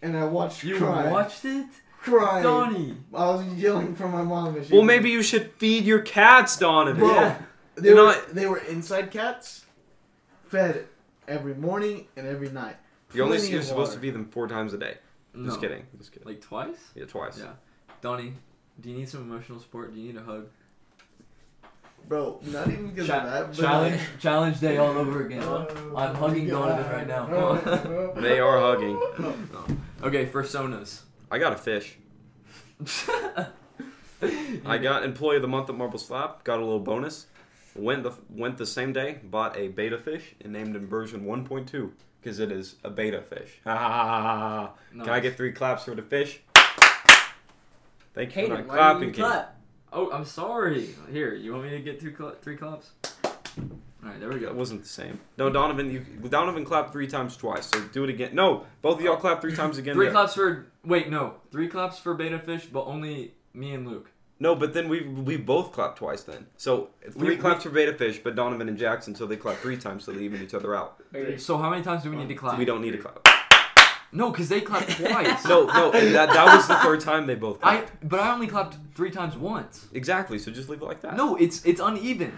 C: And I watched
D: you
C: crying.
D: watched it?
C: crying.
D: Donnie.
C: I was yelling for my mom. and she-
A: Well, maybe you should feed your cats, Donovan.
C: Bro,
D: Yeah.
C: they
A: You
C: were,
A: know what?
C: they were inside cats, fed every morning and every night.
A: You're only
C: Plenty
A: you're
C: of
A: supposed to
C: water.
A: feed them four times a day.
D: No.
A: Just kidding. Just kidding.
D: Like twice?
A: yeah, twice.
D: Yeah. Donnie, do you need some emotional support? Do you need a hug?
C: Bro, not even because
D: Cha-
C: of that. But
D: challenge, challenge day all over again.
C: Oh,
D: I'm hugging
C: God.
D: Donovan right now.
C: Oh,
A: They are hugging.
D: okay, for Sonos.
A: I got a fish. I got employee of the month at Marble Slab. Got a little bonus. Went the went the same day. Bought a beta fish and named him version 1.2 because it is a beta fish. Ha, ha, ha, ha, ha.
D: Nice.
A: Can I get three claps for the fish? Thank you for not
B: Kaden, why do
A: clapping.
B: you
A: Kaden.
B: clap?
D: Oh, I'm sorry. Here, you want me to get two cla- three claps? All right, there we
A: That
D: go.
A: wasn't the same. No, Donovan, you Donovan clapped three times twice. So do it again. No, both of y'all clapped three times again.
D: Three
A: there.
D: claps for wait, no, three claps for Beta Fish, but only me and Luke.
A: No, but then we we both clapped twice then. So three
D: We-
A: claps for Beta Fish, but Donovan and Jackson, so they clapped three times, so they even each other out.
B: Okay.
D: So how many times do we need to clap?
A: Um, We don't need to clap.
D: No, because they clapped twice.
A: No, no, and that that was the third time they both
D: I
A: clapped.
D: but I only clapped three times once.
A: Exactly. So just leave it like that.
D: No, it's it's uneven.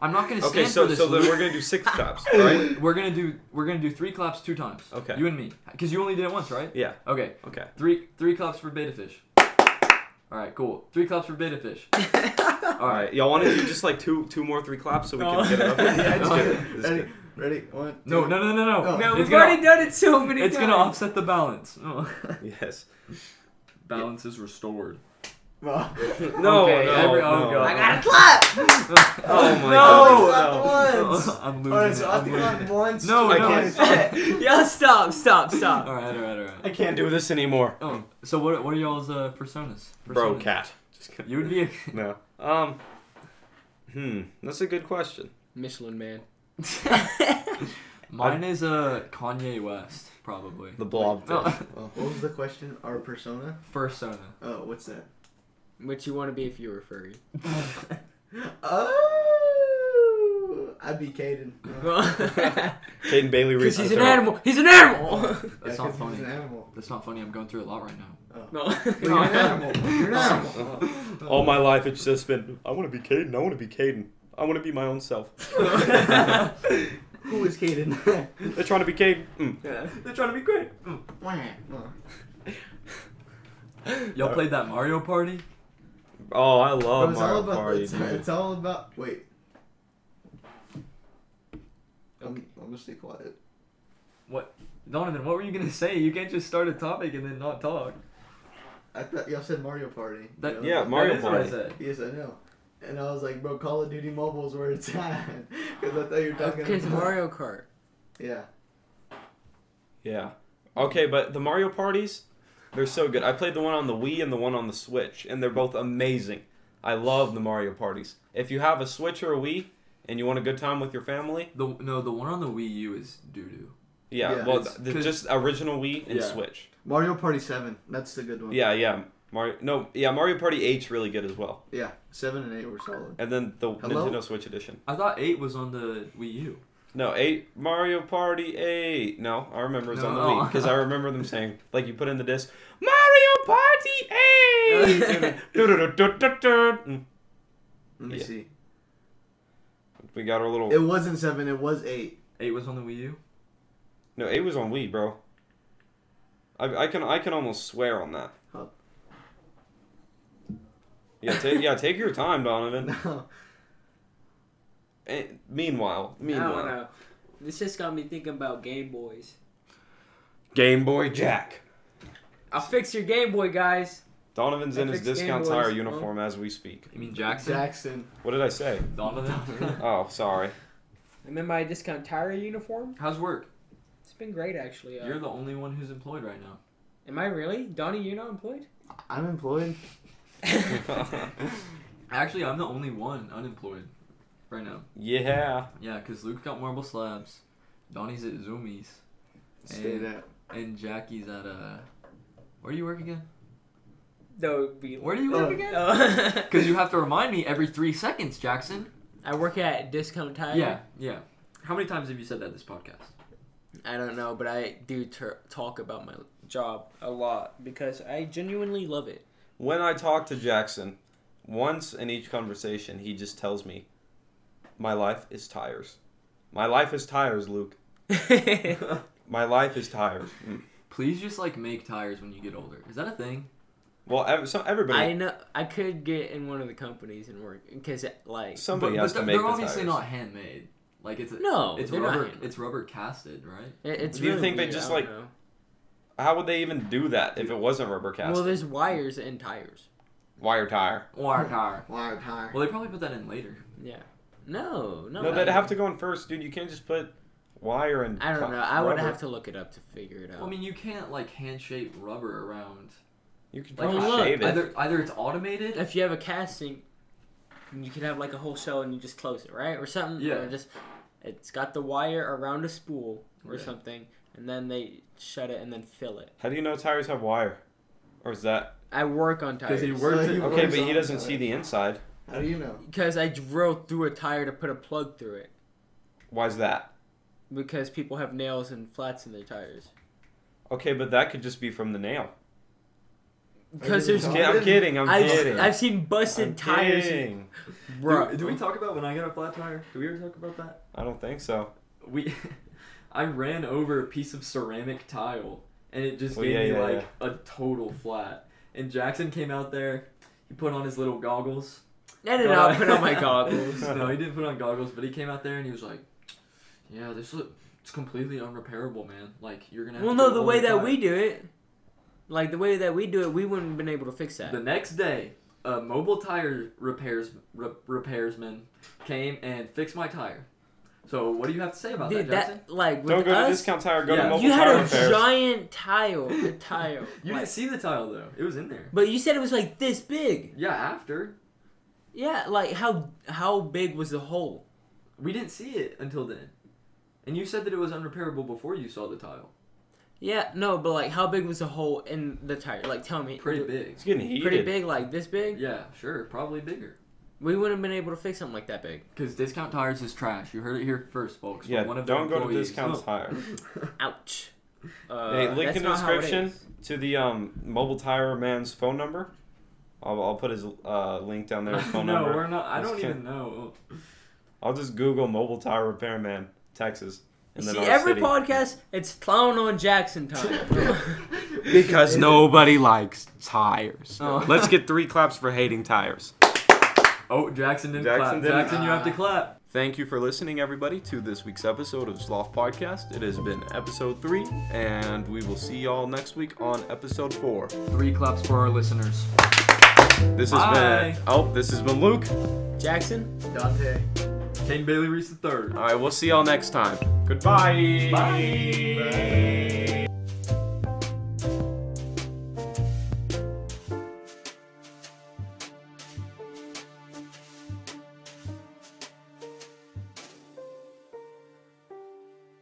D: I'm not gonna stand
A: Okay, so
D: for this.
A: so then
D: Luke.
A: we're gonna do six claps, right?
D: We're gonna do we're gonna do three claps two times.
A: Okay.
D: You and me, because you only did it once, right?
A: Yeah.
D: Okay.
A: Okay.
D: Three three claps for beta fish. All right, cool. Three claps for beta fish. All
A: All
D: right.
A: right. Y'all want to do just like two two more three claps so we
B: No.
A: can get it up?
C: Yeah,
A: Let's
C: just
A: do
C: kidding.
A: it. Let's do
C: ready,
A: it.
C: ready, one.
D: No,
C: two.
D: no, no, no, no.
C: No.
B: No,
D: It's
B: we've
D: gonna-
B: already done it so many
D: It's
B: times.
D: gonna offset the balance. Oh.
A: Yes.
D: balance is restored.
C: Bro,
A: No.
D: Okay,
A: no,
D: every-
A: no.
D: oh, God.
B: I gotta clap.
A: Oh my
C: No!
A: God.
C: Clap once.
D: I'm losing.
C: Alright,
D: it.
C: so I
D: I'm
C: think
D: losing
C: on
D: it.
C: once.
D: No,
C: I
A: no.
C: can't.
B: Yo, stop, stop, stop.
D: All right, all right, all
A: I
D: right.
A: can't do this anymore.
D: Oh, so what? What are y'all's uh, personas?
A: Bro,
D: Personas.
A: cat. Just kidding.
D: You would be. A,
A: No. Um. Hmm. That's a good question.
B: Michelin man.
D: mine is uh, Kanye West, probably.
A: The blob.
D: No.
A: fish.
C: What was the question? Our persona?
D: Fursona.
C: Oh, what's that?
B: What you want to be if you were furry?
C: Oh, I'd be Caden.
B: Well,
A: Caden Bailey reached
B: Because he's
A: the
B: an
A: third-
B: animal. He's an animal.
D: That's
C: Yeah,
D: not
C: 'cause
D: funny.
C: he's an animal. Oh.
D: That's not funny. I'm going through a lot right now.
B: No.
C: You're an animal. You're an animal.
A: All my life, it's just been I want to be Caden. I want to be Caden. I want to be my own self.
C: Who is Caden?
A: They're trying to be Caden. Mm.
D: They're trying to be great.
C: Uh,
D: Y'all played that Mario Party?
A: Oh, I love
C: Bro, it's all
A: Mario
C: about.
A: Party.
C: it's,
A: dude.
C: it's all about. Wait. I'm,
B: Okay.
C: I'm gonna stay quiet.
D: Donovan, what were you gonna say? You can't just start a topic and then not talk.
C: I thought y'all said Mario Party.
D: That-
A: Yeah, Mario
D: that is what I
A: Party.
D: said.
C: Yes, I know. And I was like, bro, Call of Duty Mobile's where it's at, because I thought you were talking
B: Because
C: about.
B: Mario Kart.
C: Yeah.
A: Yeah. Okay, but the Mario parties, they're so good. I played the one on the Wii and the one on the Switch, and they're both amazing. I love the Mario parties. If you have a Switch or a Wii and you want a good time with your family,
D: The no, the one on the Wii U is doo doo.
A: yeah,
C: Yeah.
A: well,
D: It's-
A: th-
D: 'cause-
A: just original Wii and
D: Yeah.
A: Switch.
C: Mario Party 7. That's the good one.
A: Yeah, yeah. Mario, no, yeah, Mario Party 8's really good as well.
C: Yeah. 7 and 8 were solid.
A: And then the
C: Hello?
A: Nintendo Switch edition.
D: I thought eight was on the Wii U.
A: No, eight Mario Party eight. No, I remember it's on the
D: No.
A: Wii because I remember them saying like you put in the disc Mario Party eight. And then, "Du-du-du-du-du-du." Mm.
C: Let me
A: Yeah.
C: see.
A: we got our little.
C: It wasn't 7, it was 8.
D: Eight was on the Wii U.
A: No, A was on Wii, bro. I, I can I can almost swear on that.
C: Huh.
A: Yeah, take yeah, take your time, Donovan.
C: No.
A: Eh, meanwhile,
B: I don't
A: meanwhile,
B: know. This just got me thinking about Game Boys.
A: Game Boy Jack.
B: I'll fix your Game Boy, guys.
A: Donovan's in his
B: FX Game
A: discount
B: Boys,
A: tire
B: huh?
A: uniform as we speak.
D: You mean Jackson?
C: Jackson.
A: What did I say?
D: Donovan?
A: Oh, sorry.
B: I'm in my discount tire uniform.
D: How's work?
B: It's been great, actually. Uh,
D: You're the only one who's employed right now.
B: am I really? Donnie, you're not employed?
C: I'm employed.
D: Actually, I'm the only one unemployed right now.
A: yeah.
D: Yeah, because Luke's got marble slabs, Donnie's at Zoomies,
C: Stay
D: And-
C: there.
D: and Jackie's at uh. Where do you work again?
B: No, we.
D: Where do you
C: Uh,
D: work again?
B: Oh.
D: Because you have to remind me every three seconds, Jackson.
B: I work at Discount Tire.
D: Yeah, yeah. How many times have you said that this podcast?
B: I don't know, but I do ter- talk about my job a lot because I genuinely love it.
A: When I talk to Jackson, once in each conversation, he just tells me, "My life is tires. My life is tires, Luke. My life is tires." Mm.
D: Please just like make tires when you get older. Is that a thing?
A: Well, ev- so everybody.
B: I know I could get in one of the companies and work because like
A: Somebody
D: but,
A: has
D: but
A: to
D: th-
A: make
D: They're
A: the
D: obviously
A: tires.
D: not handmade. Like it's a,
B: No,
D: it's
B: they're not
D: rubber.
B: handmade.
D: It's rubber casted, right?
B: it- it's
A: Do you
B: really
A: think they
B: weird,
A: just,
B: I
A: like,
B: don't know.
A: How would they even do that if it wasn't rubber cast?
B: well, there's wires and tires.
A: wire tire.
D: Wire tire.
C: Wired high.
D: Well, they probably put that in later.
B: Yeah. No, no.
A: No,
B: I-
A: they'd have to go in first, dude. You can't just put wire and.
B: I don't
A: co-
B: know. I would
A: rubber.
B: have to look it up to figure it out.
D: Well, I mean, you can't like hand shape rubber around.
A: You could
D: Like,
A: probably
B: look,
A: shave it.
D: Either either it's automated.
B: if you have a casting, you could have like a whole shell and you just close it, right, or something.
D: Yeah.
B: Or just it's got the wire around a spool or
D: Yeah.
B: something, and then they shut it and then fill it.
A: How do you know tires have wire? Or is that
B: I work on tires.
D: Because he
C: So
D: worked.
C: he
D: at-
C: worked-
A: okay? But he
C: on
A: doesn't
C: tire.
A: see the inside.
C: How do you know?
B: Because I drilled through a tire to put a plug through it.
A: Why's that?
B: Because people have nails and flats in their tires.
A: Okay, but that could just be from the nail.
B: Because
C: Are you
B: there's.
A: I'm
C: talking?
A: kid- I'm kidding. I'm
B: I've,
A: kidding.
B: I've seen busted
A: I'm
B: tires.
A: kidding.
B: Bro.
D: Do, do we talk about when I got a flat tire? Do we ever talk about that?
A: I don't think so.
D: We, I ran over a piece of ceramic tile, and it just
A: Well,
D: gave
A: Oh, yeah,
D: me
A: yeah,
D: like a total flat. And Jackson came out there. He put on his little goggles.
B: I did
D: No,
B: not
D: no.
B: put on my goggles.
D: no, he didn't put on goggles, but he came out there and he was like, "Yeah, this look, it's completely unrepairable, man. Like you're gonna." Have
B: well,
D: to
B: no,
D: go
B: the
D: all
B: way that
D: time."
B: we do it, like the way that we do it, we wouldn't have been able to fix that.
D: The next day, a mobile tire repairs re- repairsman came and fixed my tire. So what do you have to say about
B: Dude,
D: Oh, that, Jackson?
B: that like with
A: Don't go to
B: us,
A: discount tire. Go to
D: Yeah.
A: mobile
B: you had
A: tire
B: a
A: repairs.
B: giant tile, the tile.
D: You
B: like-
D: didn't see the tile though; it was in there.
B: but you said it was like this big.
D: Yeah, after
B: Yeah, like how how big was the hole?
D: we didn't see it until then, and you said that it was unrepairable before you saw the tile.
B: Yeah, no, but like how big was the hole in the tire? Like tell me.
D: Pretty big.
A: It's getting heated.
B: Pretty big, like this big.
D: Yeah, sure, probably bigger.
B: We wouldn't have been able to fix something like that big.
D: Because discount tires is trash. You heard it here first, folks. from
A: Yeah,
D: one of
A: don't
D: their
A: go to
D: employees.
A: discount tire.
B: Ouch. Uh,
A: hey, link
B: that's
A: in the
B: not how it
A: description
B: is.
A: to the um, mobile tire man's phone number. I'll, I'll put his uh, link down there. His
D: no,
A: phone number.
D: we're not. I
A: Let's
D: don't
A: check.
D: even know.
A: I'll just Google mobile tire repairman Texas. And
B: See,
A: our
B: every
A: city.
B: podcast, it's clown on Jackson time.
A: Because nobody likes tires.
D: Oh.
A: Let's get three claps for hating tires.
D: Oh, Jackson didn't
A: Jackson
D: clap.
A: didn't-
D: Jackson, you have to
C: Ah.
D: clap.
A: Thank you for listening, everybody, to this week's episode of Sloth Podcast. It has been episode three, and we will see y'all next week on episode four.
D: Three claps for our listeners.
A: This has
D: Bye.
A: been oh, this has been Luke. All
B: Jackson.
C: Dante.
D: Kane Bailey Reese the third.
A: right, we'll see y'all next time. Goodbye.
D: Bye.
C: Bye.